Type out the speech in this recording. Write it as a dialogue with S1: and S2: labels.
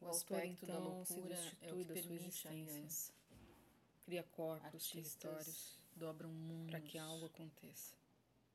S1: O aspecto
S2: Autor, então,
S1: da
S2: se
S1: loucura é o que
S2: destitui da sua
S1: permite a
S2: existência.
S1: aliança.
S2: Cria corpos,
S1: Artistas
S2: territórios, um
S1: dobram mundos
S2: para que algo aconteça.